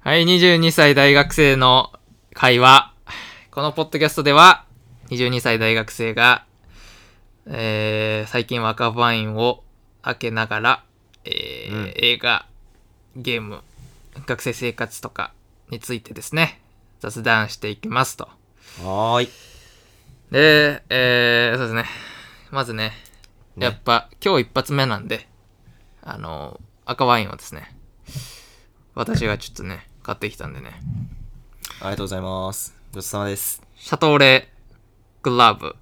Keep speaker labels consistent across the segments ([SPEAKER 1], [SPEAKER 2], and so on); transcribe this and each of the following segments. [SPEAKER 1] はい、22歳大学生の会話。このポッドキャストでは、22歳大学生が、えー、最近は赤ワインを開けながら、えー
[SPEAKER 2] うん
[SPEAKER 1] 映画、ゲーム、学生生活とかについてですね、雑談していきますと。
[SPEAKER 2] はーい。
[SPEAKER 1] で、えー、そうですね。まずね、
[SPEAKER 2] ね
[SPEAKER 1] やっぱ、今日一発目なんで、あの、赤ワインをですね、私がちょっとね、買ってきたんでね、
[SPEAKER 2] ありがとうございます。ごちそうさまです。
[SPEAKER 1] シャトーレグラブ。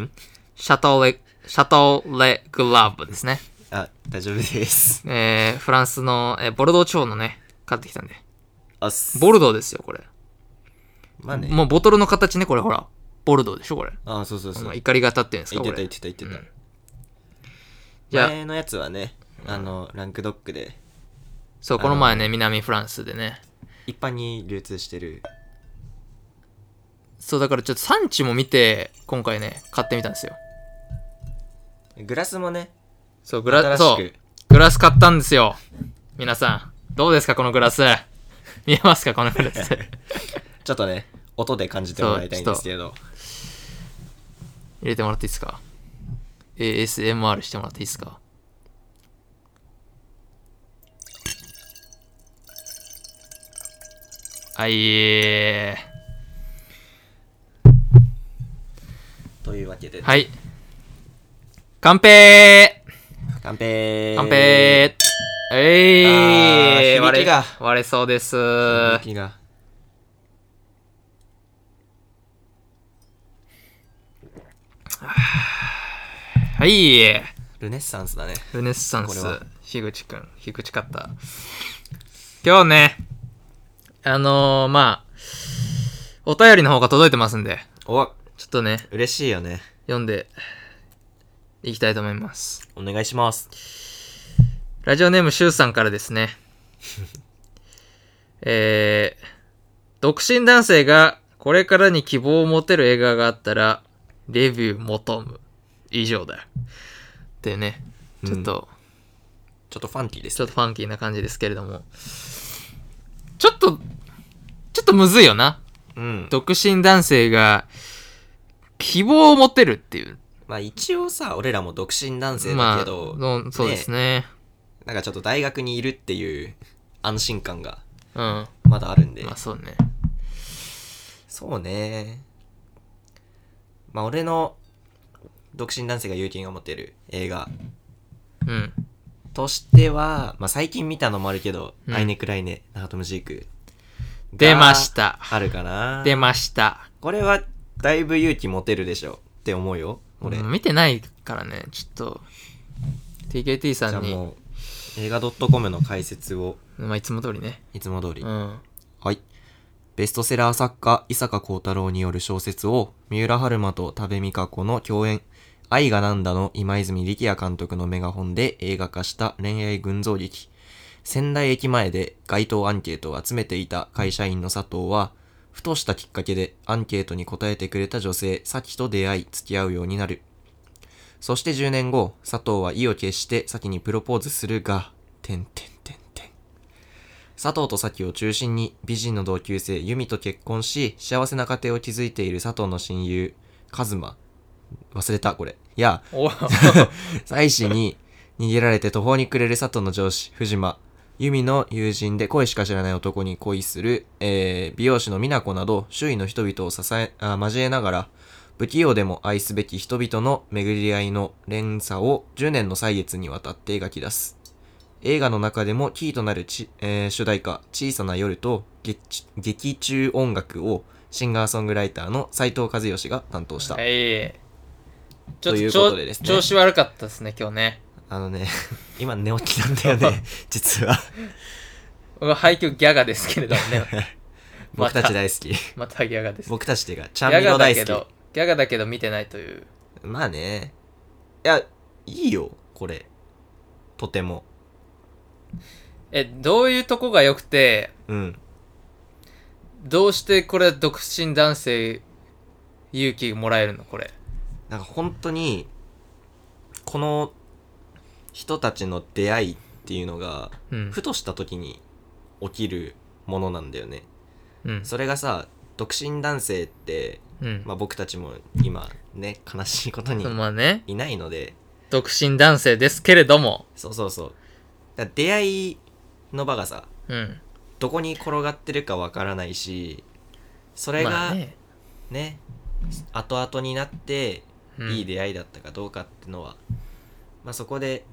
[SPEAKER 2] ん
[SPEAKER 1] シャトーレ、シャトーレグラブですね。
[SPEAKER 2] あ、大丈夫 です。
[SPEAKER 1] えー、フランスの、えーボルドー地方のね、買ってきたんで。
[SPEAKER 2] あっす。
[SPEAKER 1] ボルドーですよ、これ。
[SPEAKER 2] まあね。
[SPEAKER 1] もうボトルの形ね、これほら。ボルドーでしょ、これ。
[SPEAKER 2] あ、そうそう
[SPEAKER 1] こ
[SPEAKER 2] そ
[SPEAKER 1] の
[SPEAKER 2] う。
[SPEAKER 1] 怒り型っていうんです
[SPEAKER 2] 言
[SPEAKER 1] か、
[SPEAKER 2] っ
[SPEAKER 1] こ
[SPEAKER 2] て
[SPEAKER 1] れ。
[SPEAKER 2] た言ってた言
[SPEAKER 1] う
[SPEAKER 2] って
[SPEAKER 1] ん
[SPEAKER 2] た。
[SPEAKER 1] じゃあ、
[SPEAKER 2] 前のやつはね、あの、ランクドックで、
[SPEAKER 1] そう、この前ね、南フランスでね。
[SPEAKER 2] 一般に流通してる。
[SPEAKER 1] そう、だからちょっと産地も見て、今回ね、買ってみたんですよ。
[SPEAKER 2] グラスもね、
[SPEAKER 1] そう、グ
[SPEAKER 2] 新
[SPEAKER 1] ラ、
[SPEAKER 2] し
[SPEAKER 1] そう
[SPEAKER 2] く、。
[SPEAKER 1] グラス買ったんですよ。皆さん、どうですか、このグラス。見えますか、このグラス。
[SPEAKER 2] ちょっとね、音で感じてもらいたいんですけど。
[SPEAKER 1] 入れてもらっていいですか ?ASMR してもらっていいですかあいえ
[SPEAKER 2] というわけで、
[SPEAKER 1] ー。はい。乾杯
[SPEAKER 2] 乾杯
[SPEAKER 1] 乾杯え
[SPEAKER 2] あ
[SPEAKER 1] ー、
[SPEAKER 2] ー
[SPEAKER 1] 割
[SPEAKER 2] 響
[SPEAKER 1] れ
[SPEAKER 2] きが
[SPEAKER 1] 割れそうです。
[SPEAKER 2] 雰囲気が。
[SPEAKER 1] はい。
[SPEAKER 2] ルネッサンスだね。
[SPEAKER 1] ルネッサンス
[SPEAKER 2] これは、
[SPEAKER 1] 樋口くん、樋口かった。今日ね、あのー、まあ、お便りの方が届いてますんで、
[SPEAKER 2] お、
[SPEAKER 1] ちょっとね、
[SPEAKER 2] 嬉しいよね。
[SPEAKER 1] 読んでいきたいと思います。
[SPEAKER 2] お願いします。
[SPEAKER 1] ラジオネームしゅうさんからです ね。えー、独身男性がこれからに希望を持てる映画があったら、レビュー求む。以上だ。ってね、ちょっと、
[SPEAKER 2] ちょっとファンキーです
[SPEAKER 1] ちょっとファンキーな感じですけれども。ちょっと、ちょっとむずいよな。
[SPEAKER 2] うん。
[SPEAKER 1] 独身男性が希望を持てるっていう。
[SPEAKER 2] まあ一応さ、俺らも独身男性
[SPEAKER 1] ま
[SPEAKER 2] だ
[SPEAKER 1] あ、
[SPEAKER 2] けど、
[SPEAKER 1] のそうですね。
[SPEAKER 2] なんかちょっと大学にいるっていう安心感が
[SPEAKER 1] うん。ま
[SPEAKER 2] まだあるんで。
[SPEAKER 1] あそうね。
[SPEAKER 2] そうね。まあ俺の独身男性が勇気が持ってる映画
[SPEAKER 1] うん。
[SPEAKER 2] としては、まあ最近見たのもあるけど、
[SPEAKER 1] うん
[SPEAKER 2] アイネクライネ、ナハトムジーク。
[SPEAKER 1] 出まし。た。
[SPEAKER 2] あるかな。
[SPEAKER 1] 出ました。
[SPEAKER 2] これはだいぶ勇気持てるでしょって思うよ、俺。
[SPEAKER 1] うん見てないからね、ちょっと。TKT
[SPEAKER 2] じゃ
[SPEAKER 1] さ
[SPEAKER 2] あ
[SPEAKER 1] んに、
[SPEAKER 2] もう、映画 .com の解説を
[SPEAKER 1] まあいつも通りね。
[SPEAKER 2] いつも通り。
[SPEAKER 1] うん。
[SPEAKER 2] はい。ベストセラー作家、伊坂幸太郎による小説を、三浦春馬と多部未華子の共演、愛がなんだの今泉力也監督のメガホンで映画化した恋愛群像劇。仙台駅前で街頭アンケートを集めていた会社員の佐藤は、ふとしたきっかけでアンケートに答えてくれた女性、咲と出会い、付き合うようになる。そして10年後、佐藤は意を決して咲にプロポーズするが、てんてんてんてん。佐藤と咲を中心に美人の同級生由美と結婚し幸せな家庭を築いている佐藤の親友カズマ忘れたこれいや
[SPEAKER 1] お
[SPEAKER 2] 妻子に逃げられて途方に暮れる佐藤の上司藤間由美の友人で恋しか知らない男に恋する、えー美容師の美奈子など周囲の人々を支えあ交えながら不器用でも愛すべき人々の巡り合いの連鎖を10年の歳月にわたって描き出す映画の中でもキーとなるち、えー主題歌「小さな夜と」劇劇中音楽をシンガーソングライターの斉藤和義が担当した、
[SPEAKER 1] はい。ちょ
[SPEAKER 2] とい
[SPEAKER 1] っ
[SPEAKER 2] うこと
[SPEAKER 1] と
[SPEAKER 2] でですね
[SPEAKER 1] 調子悪かったですね、今日ね。
[SPEAKER 2] あのね 今寝起きなんだよ ね実は
[SPEAKER 1] 僕は配給ギャガですけれども ね。ま
[SPEAKER 2] 僕
[SPEAKER 1] た
[SPEAKER 2] たち大好き
[SPEAKER 1] またギャガです。
[SPEAKER 2] 僕たちっていうかチ
[SPEAKER 1] ギ
[SPEAKER 2] ャン
[SPEAKER 1] ャ
[SPEAKER 2] ミ
[SPEAKER 1] ガ
[SPEAKER 2] ロ
[SPEAKER 1] だ
[SPEAKER 2] 大
[SPEAKER 1] けど
[SPEAKER 2] 好、
[SPEAKER 1] ギャガだけど見てないという。
[SPEAKER 2] きまあねいやいいよこれとても
[SPEAKER 1] え、どういうとこが良くて、
[SPEAKER 2] うん
[SPEAKER 1] どうしてこれ独身男性勇気もらえるのこれ。
[SPEAKER 2] なんか本当にこの人たちの出会いっていうのが
[SPEAKER 1] うん
[SPEAKER 2] ふ。とした時に起きるものなんだよね。
[SPEAKER 1] うん。
[SPEAKER 2] それがさ独身男性って、
[SPEAKER 1] うん。
[SPEAKER 2] まあ、僕たちも今ね悲しいこと に
[SPEAKER 1] まあね、
[SPEAKER 2] いないので
[SPEAKER 1] 独身男性ですけれども、
[SPEAKER 2] そうそうそうだから出会いの場がさ
[SPEAKER 1] うん。
[SPEAKER 2] どこに転がってるかわからないしそれ
[SPEAKER 1] まあ
[SPEAKER 2] がね,、
[SPEAKER 1] ね、
[SPEAKER 2] 後々になって
[SPEAKER 1] うん
[SPEAKER 2] いい出会いだったかどうかってのは、まあ、そこで、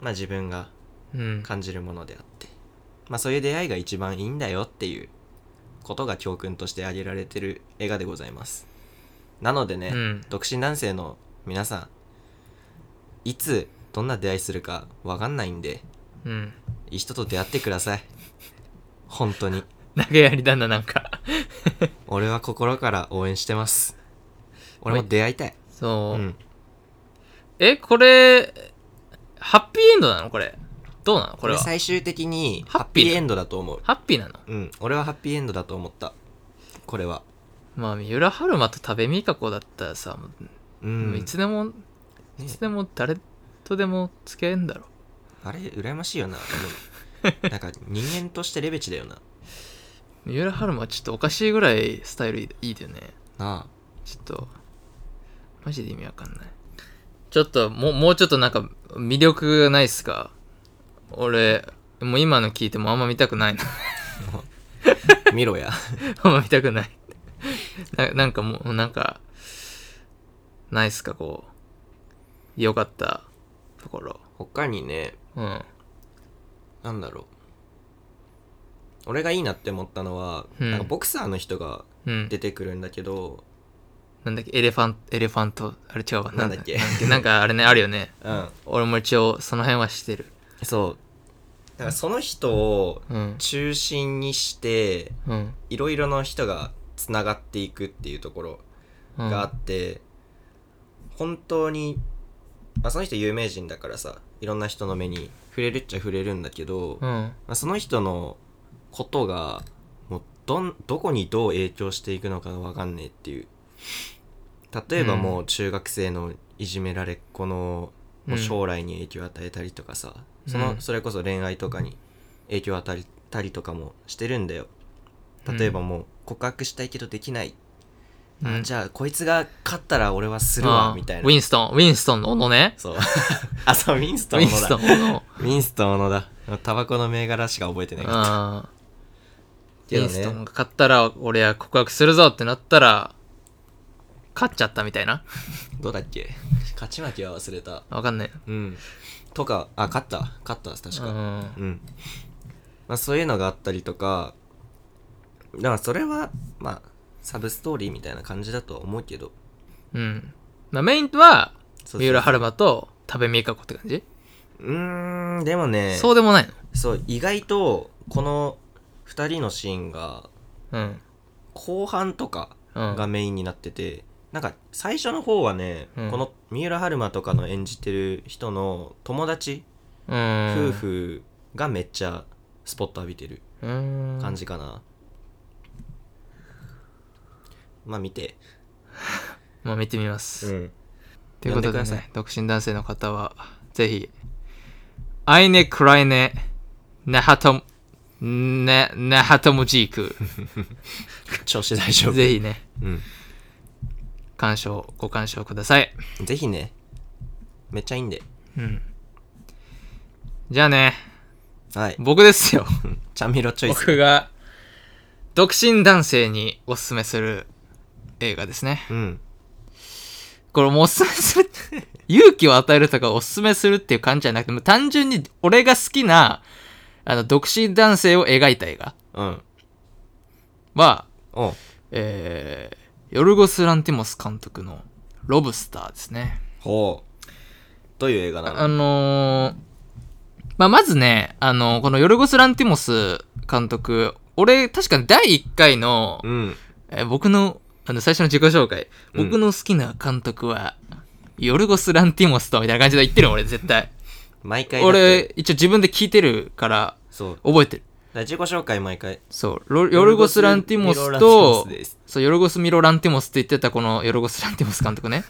[SPEAKER 2] まあ、自分が
[SPEAKER 1] うん。
[SPEAKER 2] 感じるものであって、まあ、そういう出会いが一番いいんだよっていうことが教訓として挙げられてる映画でございますなのでね、
[SPEAKER 1] うん。
[SPEAKER 2] 独身男性の皆さんいつどんな出会いするかわかんないんで
[SPEAKER 1] うん。
[SPEAKER 2] いい人と出会ってください本当に
[SPEAKER 1] 投げやりだな、なんか。
[SPEAKER 2] 俺は心から応援してます俺も出会いたい、う
[SPEAKER 1] そう。
[SPEAKER 2] ん、
[SPEAKER 1] え、これ、ハッピーエンドなのこれ。どうなのこ
[SPEAKER 2] こ
[SPEAKER 1] れ
[SPEAKER 2] れ
[SPEAKER 1] は。
[SPEAKER 2] 最終的に
[SPEAKER 1] ハ
[SPEAKER 2] ハ
[SPEAKER 1] ッ
[SPEAKER 2] ッ
[SPEAKER 1] ピー
[SPEAKER 2] ピーエンドだと思う
[SPEAKER 1] ハッピーなの
[SPEAKER 2] うん俺はハッピーエンドだと思ったこれは
[SPEAKER 1] まあ、三浦春馬と多部未華子だったらさ、も
[SPEAKER 2] う
[SPEAKER 1] うもうんいつでも、いつでも誰とでも付き合えんだろ。
[SPEAKER 2] あれ羨ましいよなでもなんか人間としてレベチだよな
[SPEAKER 1] 三浦春馬はちょっとおかしいぐらいスタイルいいだよね。
[SPEAKER 2] なあ
[SPEAKER 1] ちょっと、マジで意味わかんない。ちょっと、もう、もうちょっとなんか、魅力ないっすか俺、もう今の聞いてもあんま見たくない な。
[SPEAKER 2] 見 ろや
[SPEAKER 1] あんま見たくない。ななんかもう、なんか、ないっすか、こう。良かったところ。
[SPEAKER 2] 他にね
[SPEAKER 1] うん。
[SPEAKER 2] なんだろう俺がいいなって思ったのは、
[SPEAKER 1] うん
[SPEAKER 2] なんかボクサーの人が
[SPEAKER 1] うん。
[SPEAKER 2] 出てくるんだけど、
[SPEAKER 1] なんだっけ、エレファント、エレファント、あれ違うわ。
[SPEAKER 2] なんだっけ
[SPEAKER 1] なんなんかあれね、あるよね。
[SPEAKER 2] うん、
[SPEAKER 1] 俺も一応、その辺はしてる。
[SPEAKER 2] そうだからその人を
[SPEAKER 1] うん。
[SPEAKER 2] 中心にして
[SPEAKER 1] うん。
[SPEAKER 2] いろいろな人がつながっていくっていうところ
[SPEAKER 1] うん
[SPEAKER 2] があって、本当に、まあ、その人有名人だからさいろんな人の目に触れるっちゃ触れるんだけど、
[SPEAKER 1] う
[SPEAKER 2] ま
[SPEAKER 1] ん。
[SPEAKER 2] あ、その人のことがもうどんどこにどう影響していくのかが分かんねえっていう例えばもう中学生のいじめられっ子のもう将来に影響を与えたりとかさ、
[SPEAKER 1] うん
[SPEAKER 2] そのそれこそ恋愛とかに影響を与えたりとかもしてるんだよ例えばもう告白したいけどできない、
[SPEAKER 1] うん
[SPEAKER 2] あじゃあこいつが勝ったら俺はする
[SPEAKER 1] あ
[SPEAKER 2] わ
[SPEAKER 1] ー
[SPEAKER 2] みたい
[SPEAKER 1] ウ
[SPEAKER 2] な
[SPEAKER 1] ィンストン、ウィンストンの斧ね。
[SPEAKER 2] そう あそうウィンス
[SPEAKER 1] ウ
[SPEAKER 2] トン
[SPEAKER 1] ィ
[SPEAKER 2] の
[SPEAKER 1] ンス
[SPEAKER 2] だ
[SPEAKER 1] トンの
[SPEAKER 2] ウィンストンのだタバコの銘柄しか覚えてないから
[SPEAKER 1] 斧。うん。ウ
[SPEAKER 2] け
[SPEAKER 1] ィ
[SPEAKER 2] ど
[SPEAKER 1] ンストン
[SPEAKER 2] ね
[SPEAKER 1] が勝ったら、俺は告白するぞってなったら、勝っちゃったみたいな。
[SPEAKER 2] どうだっけ勝ち負けは忘れた
[SPEAKER 1] わかんない。
[SPEAKER 2] うんとかあ勝った勝った確
[SPEAKER 1] う
[SPEAKER 2] か
[SPEAKER 1] ん。
[SPEAKER 2] うん。まあそういうのがあったりとか、だからそれは、まあ、サブストーリーみたいな感じだとは思うけど。
[SPEAKER 1] うん。まあメインは、
[SPEAKER 2] そうそう
[SPEAKER 1] 三浦春馬と多部未華子って感じ
[SPEAKER 2] うーん、でもね、そ
[SPEAKER 1] そううでもないの
[SPEAKER 2] 意外と、この2人のシーンが、
[SPEAKER 1] うん。
[SPEAKER 2] 後半とか
[SPEAKER 1] うん。
[SPEAKER 2] がメインになってて、なんか最初の方はね、
[SPEAKER 1] うん
[SPEAKER 2] この三浦春馬とかの演じてる人の友達、
[SPEAKER 1] うん
[SPEAKER 2] 夫。婦がめっちゃスポット浴びてる
[SPEAKER 1] うん。
[SPEAKER 2] 感じかな。まあ見て。
[SPEAKER 1] まあ見てみます。
[SPEAKER 2] ん。
[SPEAKER 1] ということで、
[SPEAKER 2] 呼んでくださ
[SPEAKER 1] ね、独身男性の方は、ぜひ、アイネ・クライネ・ネハトム、ね、ネハトムジーク。
[SPEAKER 2] 調子大丈夫。
[SPEAKER 1] ぜひね、
[SPEAKER 2] う
[SPEAKER 1] 鑑賞、ご鑑賞ください。
[SPEAKER 2] ん。ぜひね。めっちゃいいんで。
[SPEAKER 1] うん。じゃあね、
[SPEAKER 2] はい。
[SPEAKER 1] 僕ですよ。
[SPEAKER 2] ちゃんみろチョイス。
[SPEAKER 1] 僕が、独身男性におすすめする映画ですね。
[SPEAKER 2] うん。
[SPEAKER 1] これもうおすすめする って、勇気を与えるとかおすすめするっていう感じじゃなくて、もう単純に俺が好きな、あの、独身男性を描いた映画
[SPEAKER 2] うん。
[SPEAKER 1] は、
[SPEAKER 2] おう
[SPEAKER 1] えー、ヨルゴス・ランティモス監督のロブスターですね。
[SPEAKER 2] ほう。どういう映画なの
[SPEAKER 1] あのーまあ、まずね、あのこのヨルゴス・ランティモス監督、俺、確か第1回の、
[SPEAKER 2] うん。
[SPEAKER 1] えー僕の、あの、最初の自己紹介、
[SPEAKER 2] うん
[SPEAKER 1] 僕の好きな監督は、ヨルゴス・ランティモスと、みたいな感じで言ってるよ俺、絶 対。
[SPEAKER 2] 毎回だって。
[SPEAKER 1] 俺、一応自分で聞いてるから、
[SPEAKER 2] そう。だか
[SPEAKER 1] 覚えてる。
[SPEAKER 2] ら自己紹介毎回。
[SPEAKER 1] そう、ロヨルゴス・ランティモスと
[SPEAKER 2] ミロランティモスです、
[SPEAKER 1] そう、ヨルゴス・ミロ・ランティモスって言ってたこのヨルゴス・ランティモス監督ね。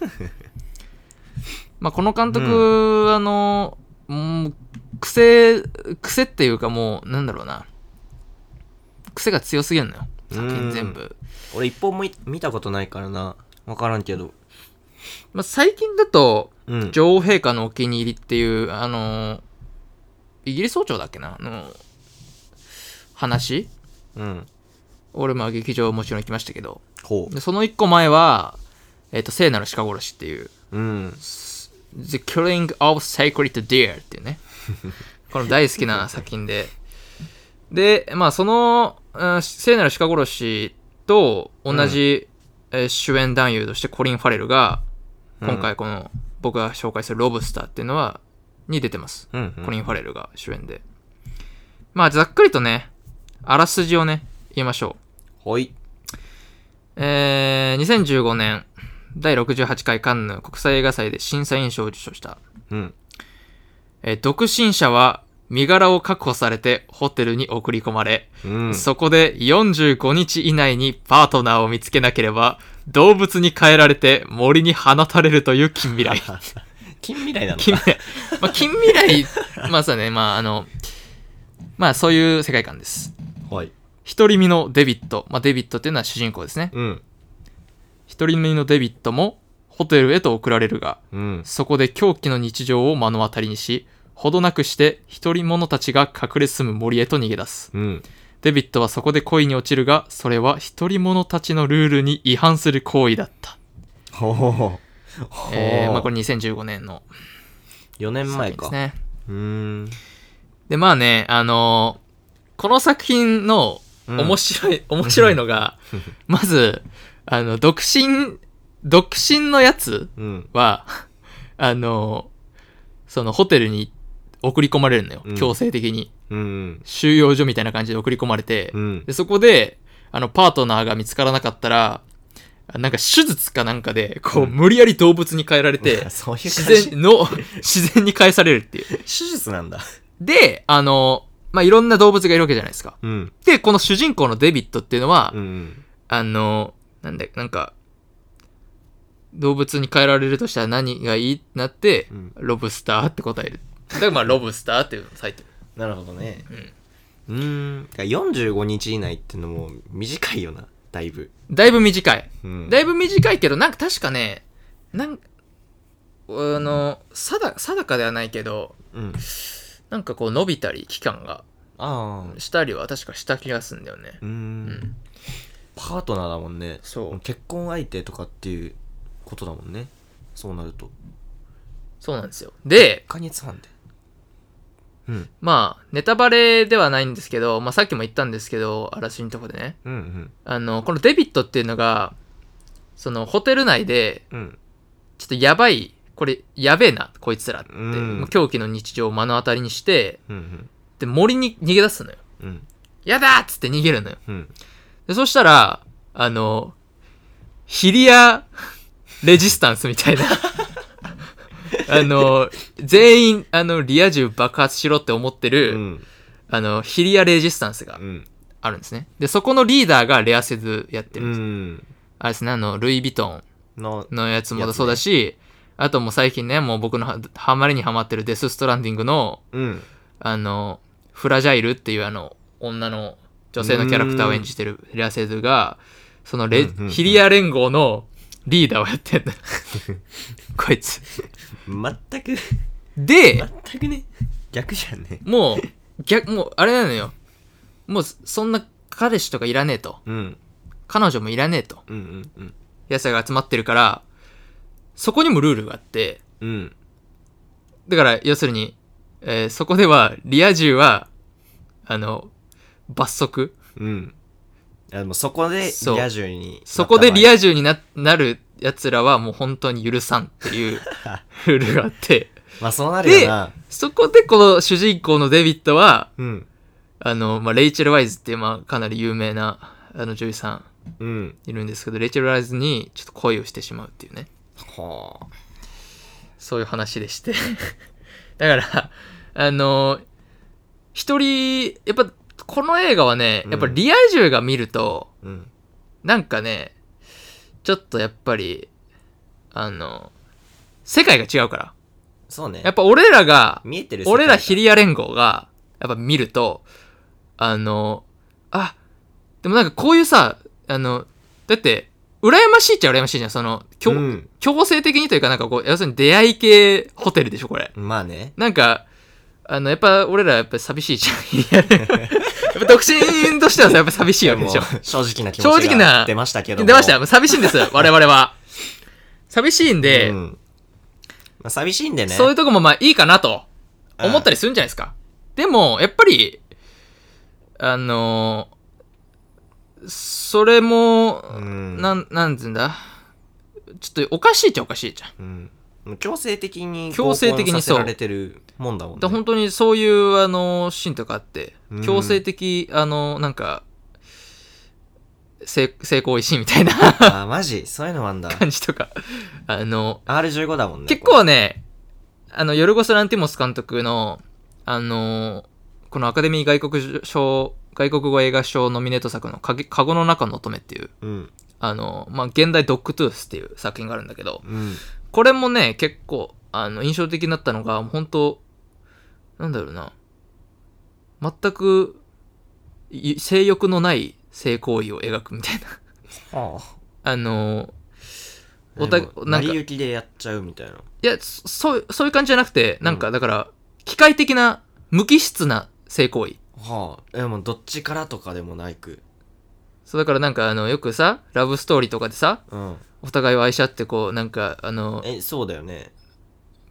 [SPEAKER 1] まあ、この監督、あの、もう癖、癖っていうかもう、なんだろうな。癖が強すぎるのよ作
[SPEAKER 2] う
[SPEAKER 1] 品
[SPEAKER 2] ん
[SPEAKER 1] 全部、
[SPEAKER 2] 俺一本もい見たことないからな分からんけど
[SPEAKER 1] まあ、最近だと
[SPEAKER 2] うん
[SPEAKER 1] 女王陛下のお気に入りっていうあのーイギリス王朝だっけなの話
[SPEAKER 2] うん
[SPEAKER 1] 俺も劇場もちろん行きましたけど
[SPEAKER 2] ほ
[SPEAKER 1] でその一個前は、えっと聖なる鹿殺しっていう
[SPEAKER 2] ううん
[SPEAKER 1] 「The Killing of Sacred Deer」っていう ねこの大好きな作品ででまあその、うん聖なる鹿殺しと同じ、えー主演男優としてコリン・ファレルが
[SPEAKER 2] うん
[SPEAKER 1] 今回この、僕が紹介する「ロブスター」っていうのはに出てます、
[SPEAKER 2] うんうん
[SPEAKER 1] コリン・ファレルが主演でまあざっくりとねあらすじをね言いましょう
[SPEAKER 2] ほい
[SPEAKER 1] えー、2015年第68回カンヌ国際映画祭で審査員賞を受賞した、
[SPEAKER 2] うん
[SPEAKER 1] えー独身者は身柄を確保されてホテルに送り込まれ、
[SPEAKER 2] うん
[SPEAKER 1] そこで45日以内にパートナーを見つけなければ動物に変えられて森に放たれるという近未 来
[SPEAKER 2] 近未来なの
[SPEAKER 1] 近
[SPEAKER 2] か
[SPEAKER 1] 未来、まあ、近未来まあそうだねまああのまあそういう世界観です
[SPEAKER 2] はい
[SPEAKER 1] 独り身のデビット、まあ、デビットっていうのは主人公ですね
[SPEAKER 2] うん
[SPEAKER 1] 一人目のデビットもホテルへと送られるが
[SPEAKER 2] うん
[SPEAKER 1] そこで狂気の日常を目の当たりにしほどなくして独り者たちが隠れ住む森へと逃げ出す
[SPEAKER 2] うん
[SPEAKER 1] デビットはそこで恋に落ちるがそれは独り者たちのルールに違反する行為だった、
[SPEAKER 2] ほうほうほう
[SPEAKER 1] えーまあ、これ2015年の
[SPEAKER 2] 4年前か
[SPEAKER 1] 作品ですね
[SPEAKER 2] うーん
[SPEAKER 1] でまあねあのーこの作品の
[SPEAKER 2] うん
[SPEAKER 1] 面白い、面白いの がまずあの独身独身のやつ
[SPEAKER 2] うん
[SPEAKER 1] は、あの、そのホテルに送り込まれるのよ
[SPEAKER 2] うん。
[SPEAKER 1] 強制的に。
[SPEAKER 2] うん
[SPEAKER 1] 収容所みたいな感じで送り込まれて
[SPEAKER 2] う。ん
[SPEAKER 1] で、そこで、あの、パートナーが見つからなかったら、なんか手術かなんかで、こう、
[SPEAKER 2] うん、
[SPEAKER 1] 無理やり動物に変えられて
[SPEAKER 2] そういう
[SPEAKER 1] 自
[SPEAKER 2] 感じ
[SPEAKER 1] 然の、自然に返されるっていう。
[SPEAKER 2] 手術なんだ
[SPEAKER 1] で、あの、まあ、いろんな動物がいるわけじゃないですか。
[SPEAKER 2] うん
[SPEAKER 1] で、この主人公のデビットっていうのは、
[SPEAKER 2] うん
[SPEAKER 1] あの、なんだなんか、動物に変えられるとしたら何がいいってなって、
[SPEAKER 2] うん
[SPEAKER 1] ロブスターって答える。だからまあ、ロブスターっていうサイト。
[SPEAKER 2] なるほどねうんんだから45日以内ってのも短いよなだいぶ
[SPEAKER 1] だいぶ短い。
[SPEAKER 2] うん
[SPEAKER 1] だいぶ短いけど、なんか確かね、なんあの、定定かではないけど、
[SPEAKER 2] うん
[SPEAKER 1] なんかこう伸びたり、期間が、
[SPEAKER 2] ああ
[SPEAKER 1] したりは確かした気がするんだよね
[SPEAKER 2] う。んパートナーだもんね
[SPEAKER 1] そう
[SPEAKER 2] 結婚相手とかっていうことだもんねそうなると
[SPEAKER 1] そうなんですよ。で
[SPEAKER 2] 1、ヶ月半でうん
[SPEAKER 1] まあ、ネタバレではないんですけど、まあさっきも言ったんですけど、あらしんとこでね。
[SPEAKER 2] うん
[SPEAKER 1] あの、このデビットっていうのが、そのホテル内で、
[SPEAKER 2] うんうん
[SPEAKER 1] ちょっとやばい、これ、やべえな、こいつらって、
[SPEAKER 2] うん
[SPEAKER 1] もう狂気の日常を目の当たりにして、
[SPEAKER 2] うん
[SPEAKER 1] で、森に逃げ出すのよ。
[SPEAKER 2] うんうん
[SPEAKER 1] やだーっつって逃げるのよ。
[SPEAKER 2] うん
[SPEAKER 1] で、そしたら、あの、ヒリア、 レジスタンスみたいな。 あの、全員、あの、リア充爆発しろって思って
[SPEAKER 2] う
[SPEAKER 1] る、
[SPEAKER 2] ん
[SPEAKER 1] あの、ヒリアレジスタンスが
[SPEAKER 2] うん
[SPEAKER 1] あるんですね。で、そこのリーダーがレアセズやって
[SPEAKER 2] う
[SPEAKER 1] るんです。
[SPEAKER 2] ん
[SPEAKER 1] あれですね、あの、ルイ・ヴィトン
[SPEAKER 2] の
[SPEAKER 1] のやつもそうだし、あともう最近ね、もう僕のはハマりにハマってるデス・ストランディングの、
[SPEAKER 2] うん
[SPEAKER 1] あの、フラジャイルっていうあの、女の、女性のキャラクターを演じてるレアセズが、そのレ、
[SPEAKER 2] うんうんうん
[SPEAKER 1] ヒリア連合のリーダーをやってん だ。こいつ。
[SPEAKER 2] 全く
[SPEAKER 1] で、
[SPEAKER 2] 全くね逆じゃんね
[SPEAKER 1] もう、逆、もう、あれなのよ。もう、そんな彼氏とかいらねえと。
[SPEAKER 2] うん
[SPEAKER 1] 彼女もいらねえと。
[SPEAKER 2] うんうんうん
[SPEAKER 1] やつらが集まってるから、そこにもルールがあって、
[SPEAKER 2] うん
[SPEAKER 1] だから、要するに、えーそこでは、リア充は、あの、罰則。
[SPEAKER 2] うんあでもそこで
[SPEAKER 1] そう
[SPEAKER 2] リア充に
[SPEAKER 1] そこでリ
[SPEAKER 2] ア
[SPEAKER 1] ア充にな、なる奴らはもう本当に許さんっていう ルールがあって、
[SPEAKER 2] まあそうなるよな
[SPEAKER 1] そこでこの主人公のデビットは、
[SPEAKER 2] うん
[SPEAKER 1] あの、まあ、レイチェル・ワイズっていう、まあ、かなり有名な、あの、女優さん
[SPEAKER 2] うん
[SPEAKER 1] いるんですけど、レイチェル・ワイズにちょっと恋をしてしまうっていうね。
[SPEAKER 2] はあ
[SPEAKER 1] そういう話でして。 だから、あの、一人、やっぱ、この映画はね
[SPEAKER 2] う、ん
[SPEAKER 1] やっぱリア充が見ると、
[SPEAKER 2] うん
[SPEAKER 1] なんかね、ちょっとやっぱり、あの、世界が違うから。
[SPEAKER 2] そうね
[SPEAKER 1] やっぱ俺らが、
[SPEAKER 2] 見えてる世界が
[SPEAKER 1] 俺らヒリア連合が、やっぱ見ると、あの、あ、でもなんかこういうさ、あの、だって、羨ましいっちゃ羨ましいじゃん。その、強、
[SPEAKER 2] うん
[SPEAKER 1] 強制的にというかなんかこう、要するに出会い系ホテルでしょ、これ。
[SPEAKER 2] まあね。
[SPEAKER 1] なんか、あの、やっぱ俺らやっぱ寂しいじゃん。やっぱ独身としてはさ、やっぱ寂しいわけ
[SPEAKER 2] も
[SPEAKER 1] で
[SPEAKER 2] う
[SPEAKER 1] しょ。
[SPEAKER 2] 正直な気持
[SPEAKER 1] 正
[SPEAKER 2] ち
[SPEAKER 1] 直な
[SPEAKER 2] が出ましたけども。
[SPEAKER 1] 出ました。もう寂しいん です、我々は。寂しいんで、
[SPEAKER 2] うんまあ、寂しいんでね。
[SPEAKER 1] そういうとこもまあいいかなと思った
[SPEAKER 2] り。
[SPEAKER 1] りするんじゃないですか。でも、やっぱり、あのーそれも、
[SPEAKER 2] うん
[SPEAKER 1] なん、なんつうんだ。ちょっとおかしいっちゃおかしいじゃん。
[SPEAKER 2] うん。もう強制的に
[SPEAKER 1] 強制的に
[SPEAKER 2] 合コンさせ
[SPEAKER 1] そう
[SPEAKER 2] られてるもんだもん
[SPEAKER 1] だ
[SPEAKER 2] ね。
[SPEAKER 1] 本当にそういう、あのーシーンとかあって
[SPEAKER 2] うん、
[SPEAKER 1] 強制的、あのーなんか、性性行為シーンみたいな
[SPEAKER 2] あー、マジそういうのもあんだ。
[SPEAKER 1] 感じとか、あの
[SPEAKER 2] R15 だもんね。
[SPEAKER 1] 結
[SPEAKER 2] これ
[SPEAKER 1] 構ね、あの、ヨルゴス・ランティモス監督の、あのーこのアカデミー外国賞、外国語映画賞ノミネート作のかげ、カゴの中の乙女っていう、
[SPEAKER 2] うん。
[SPEAKER 1] あのーまあ、現代ドッグトゥースっていう作品があるんだけど、
[SPEAKER 2] うん。
[SPEAKER 1] これもね、結構、あの、印象的になったのが、本当なんだろうな、全く、い性欲のない性行為を描くみたいな。
[SPEAKER 2] あ
[SPEAKER 1] あのー
[SPEAKER 2] あ。
[SPEAKER 1] おた
[SPEAKER 2] でも
[SPEAKER 1] なん
[SPEAKER 2] 成
[SPEAKER 1] か
[SPEAKER 2] り行きでやっちゃうみたいな。
[SPEAKER 1] いや、そそう、そういう感じじゃなくて、なん
[SPEAKER 2] う
[SPEAKER 1] か、だから、機械的な、無機質な性行為。
[SPEAKER 2] はあ。でもどっちからとかでもないく。
[SPEAKER 1] そう、だからなんか、あの、よくさ、ラブストーリーとかでさ、
[SPEAKER 2] うん。
[SPEAKER 1] お互いを愛し合って、こう、なんか、あの、
[SPEAKER 2] え、そうだよね。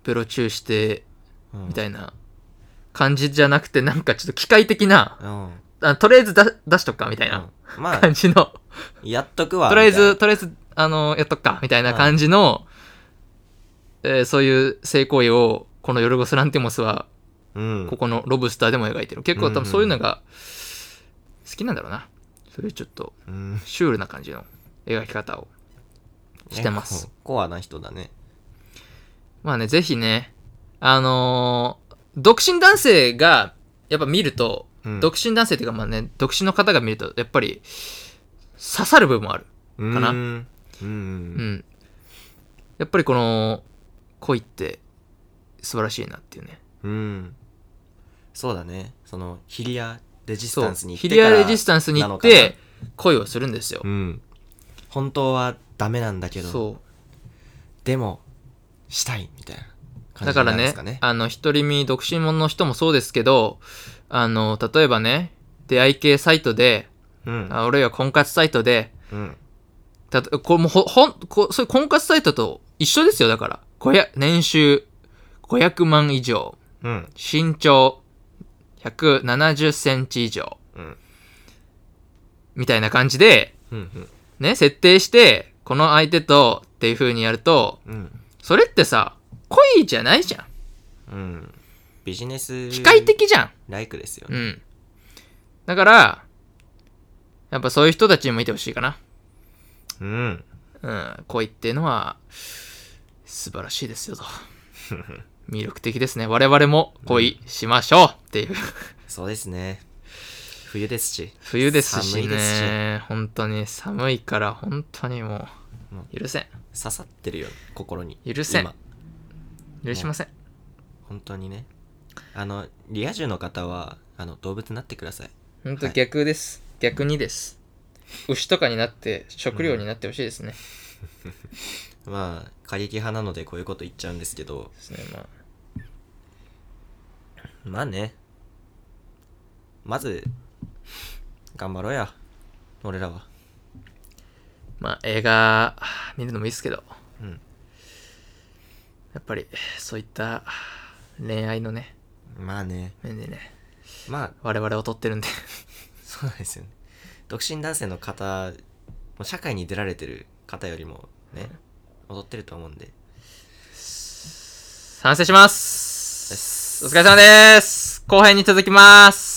[SPEAKER 1] ベロチューして、
[SPEAKER 2] み
[SPEAKER 1] みた
[SPEAKER 2] い
[SPEAKER 1] いな感じじゃなくて、なんかちょっと機械的な、
[SPEAKER 2] な。うん。
[SPEAKER 1] あとりあえずだ出しとくか、みたいな
[SPEAKER 2] うんまあ、
[SPEAKER 1] 感じの、
[SPEAKER 2] やっとくわ。
[SPEAKER 1] とりあえ
[SPEAKER 2] み
[SPEAKER 1] ず、とりあえず、あの、やっとくか、みたいな感じの、えーそういう性行為を、このヨルゴス・ランティモスは
[SPEAKER 2] たいな、うん。
[SPEAKER 1] ここのロブスターでも描いてる。結構多分そういうのが好きなんだろうな。そういうちょっと
[SPEAKER 2] うん
[SPEAKER 1] シュールな感じの描き方をしてます
[SPEAKER 2] ね。ココアな人だね。
[SPEAKER 1] まあね、ぜひね、あのー独身男性がやっぱ見ると、
[SPEAKER 2] うん
[SPEAKER 1] 独身男性っていうかまあね、独身の方が見ると、やっぱり刺さる部分もある。かな
[SPEAKER 2] うん。う。
[SPEAKER 1] うんん。やっぱりこの恋って素晴らしいなっていうね。
[SPEAKER 2] うん。そうだね。その、ヒリア・レジス
[SPEAKER 1] そ
[SPEAKER 2] タ
[SPEAKER 1] う。
[SPEAKER 2] ンスに行っ
[SPEAKER 1] ヒ
[SPEAKER 2] て
[SPEAKER 1] リ
[SPEAKER 2] から
[SPEAKER 1] アレジスタンスに行って恋をするんですよ
[SPEAKER 2] なのかな。。うん。本当はダメなんだけど、
[SPEAKER 1] そう。
[SPEAKER 2] でも、したいみたいな感
[SPEAKER 1] だ
[SPEAKER 2] じな
[SPEAKER 1] から
[SPEAKER 2] んで
[SPEAKER 1] ね、
[SPEAKER 2] すかね。
[SPEAKER 1] あの、一人身独身者の人もそうですけど、あの、例えばね、出会い系サイトで、
[SPEAKER 2] うん。
[SPEAKER 1] あ俺は婚活サイトで、
[SPEAKER 2] うん。
[SPEAKER 1] たとこれもうほ、ほん、こそういう婚活サイトと一緒ですよ、だから。500年収500万以上、
[SPEAKER 2] うん。
[SPEAKER 1] 身長170センチ以上、
[SPEAKER 2] うん。
[SPEAKER 1] みたいな感じで、
[SPEAKER 2] うん。
[SPEAKER 1] ね、設定して、この相手とっていう風にやると、
[SPEAKER 2] うん。
[SPEAKER 1] それってさ、恋じゃないじゃん。
[SPEAKER 2] うん。ビジネス、
[SPEAKER 1] 機械的じゃん。
[SPEAKER 2] ライクですよ
[SPEAKER 1] う
[SPEAKER 2] ね。
[SPEAKER 1] ん。だから、やっぱそういう人たちにもいてほしいかな。
[SPEAKER 2] うん。
[SPEAKER 1] うん。恋っていうのは、素晴らしいです よと。魅力的ですね。我々も恋しましょうっていう。
[SPEAKER 2] そうですね。冬ですし。
[SPEAKER 1] 冬ですしね。
[SPEAKER 2] 寒いですし
[SPEAKER 1] 本当に寒いから本当にもう、許せん。
[SPEAKER 2] 刺さってるよ、心に。
[SPEAKER 1] 許せん
[SPEAKER 2] 今
[SPEAKER 1] 許しません。
[SPEAKER 2] 本当にねあのリア充の方はあの動物になってください
[SPEAKER 1] 本当逆です。逆にです。牛とかになって食料になってほしいですね。
[SPEAKER 2] まあ過激派なのでこういうこと言っちゃうんですけど
[SPEAKER 1] ですねまあ、
[SPEAKER 2] まあねまず頑張ろうや俺らは
[SPEAKER 1] まあ、映画見るのもいいですけど、
[SPEAKER 2] うん
[SPEAKER 1] やっぱりそういった恋愛のね
[SPEAKER 2] まあね
[SPEAKER 1] 面でね
[SPEAKER 2] まあ
[SPEAKER 1] 我々を取ってるんで
[SPEAKER 2] そうなんですよね独身男性の方もう社会に出られてる方よりもね踊ってると思うんで
[SPEAKER 1] 賛成します
[SPEAKER 2] です
[SPEAKER 1] お疲れ様です後編に続きます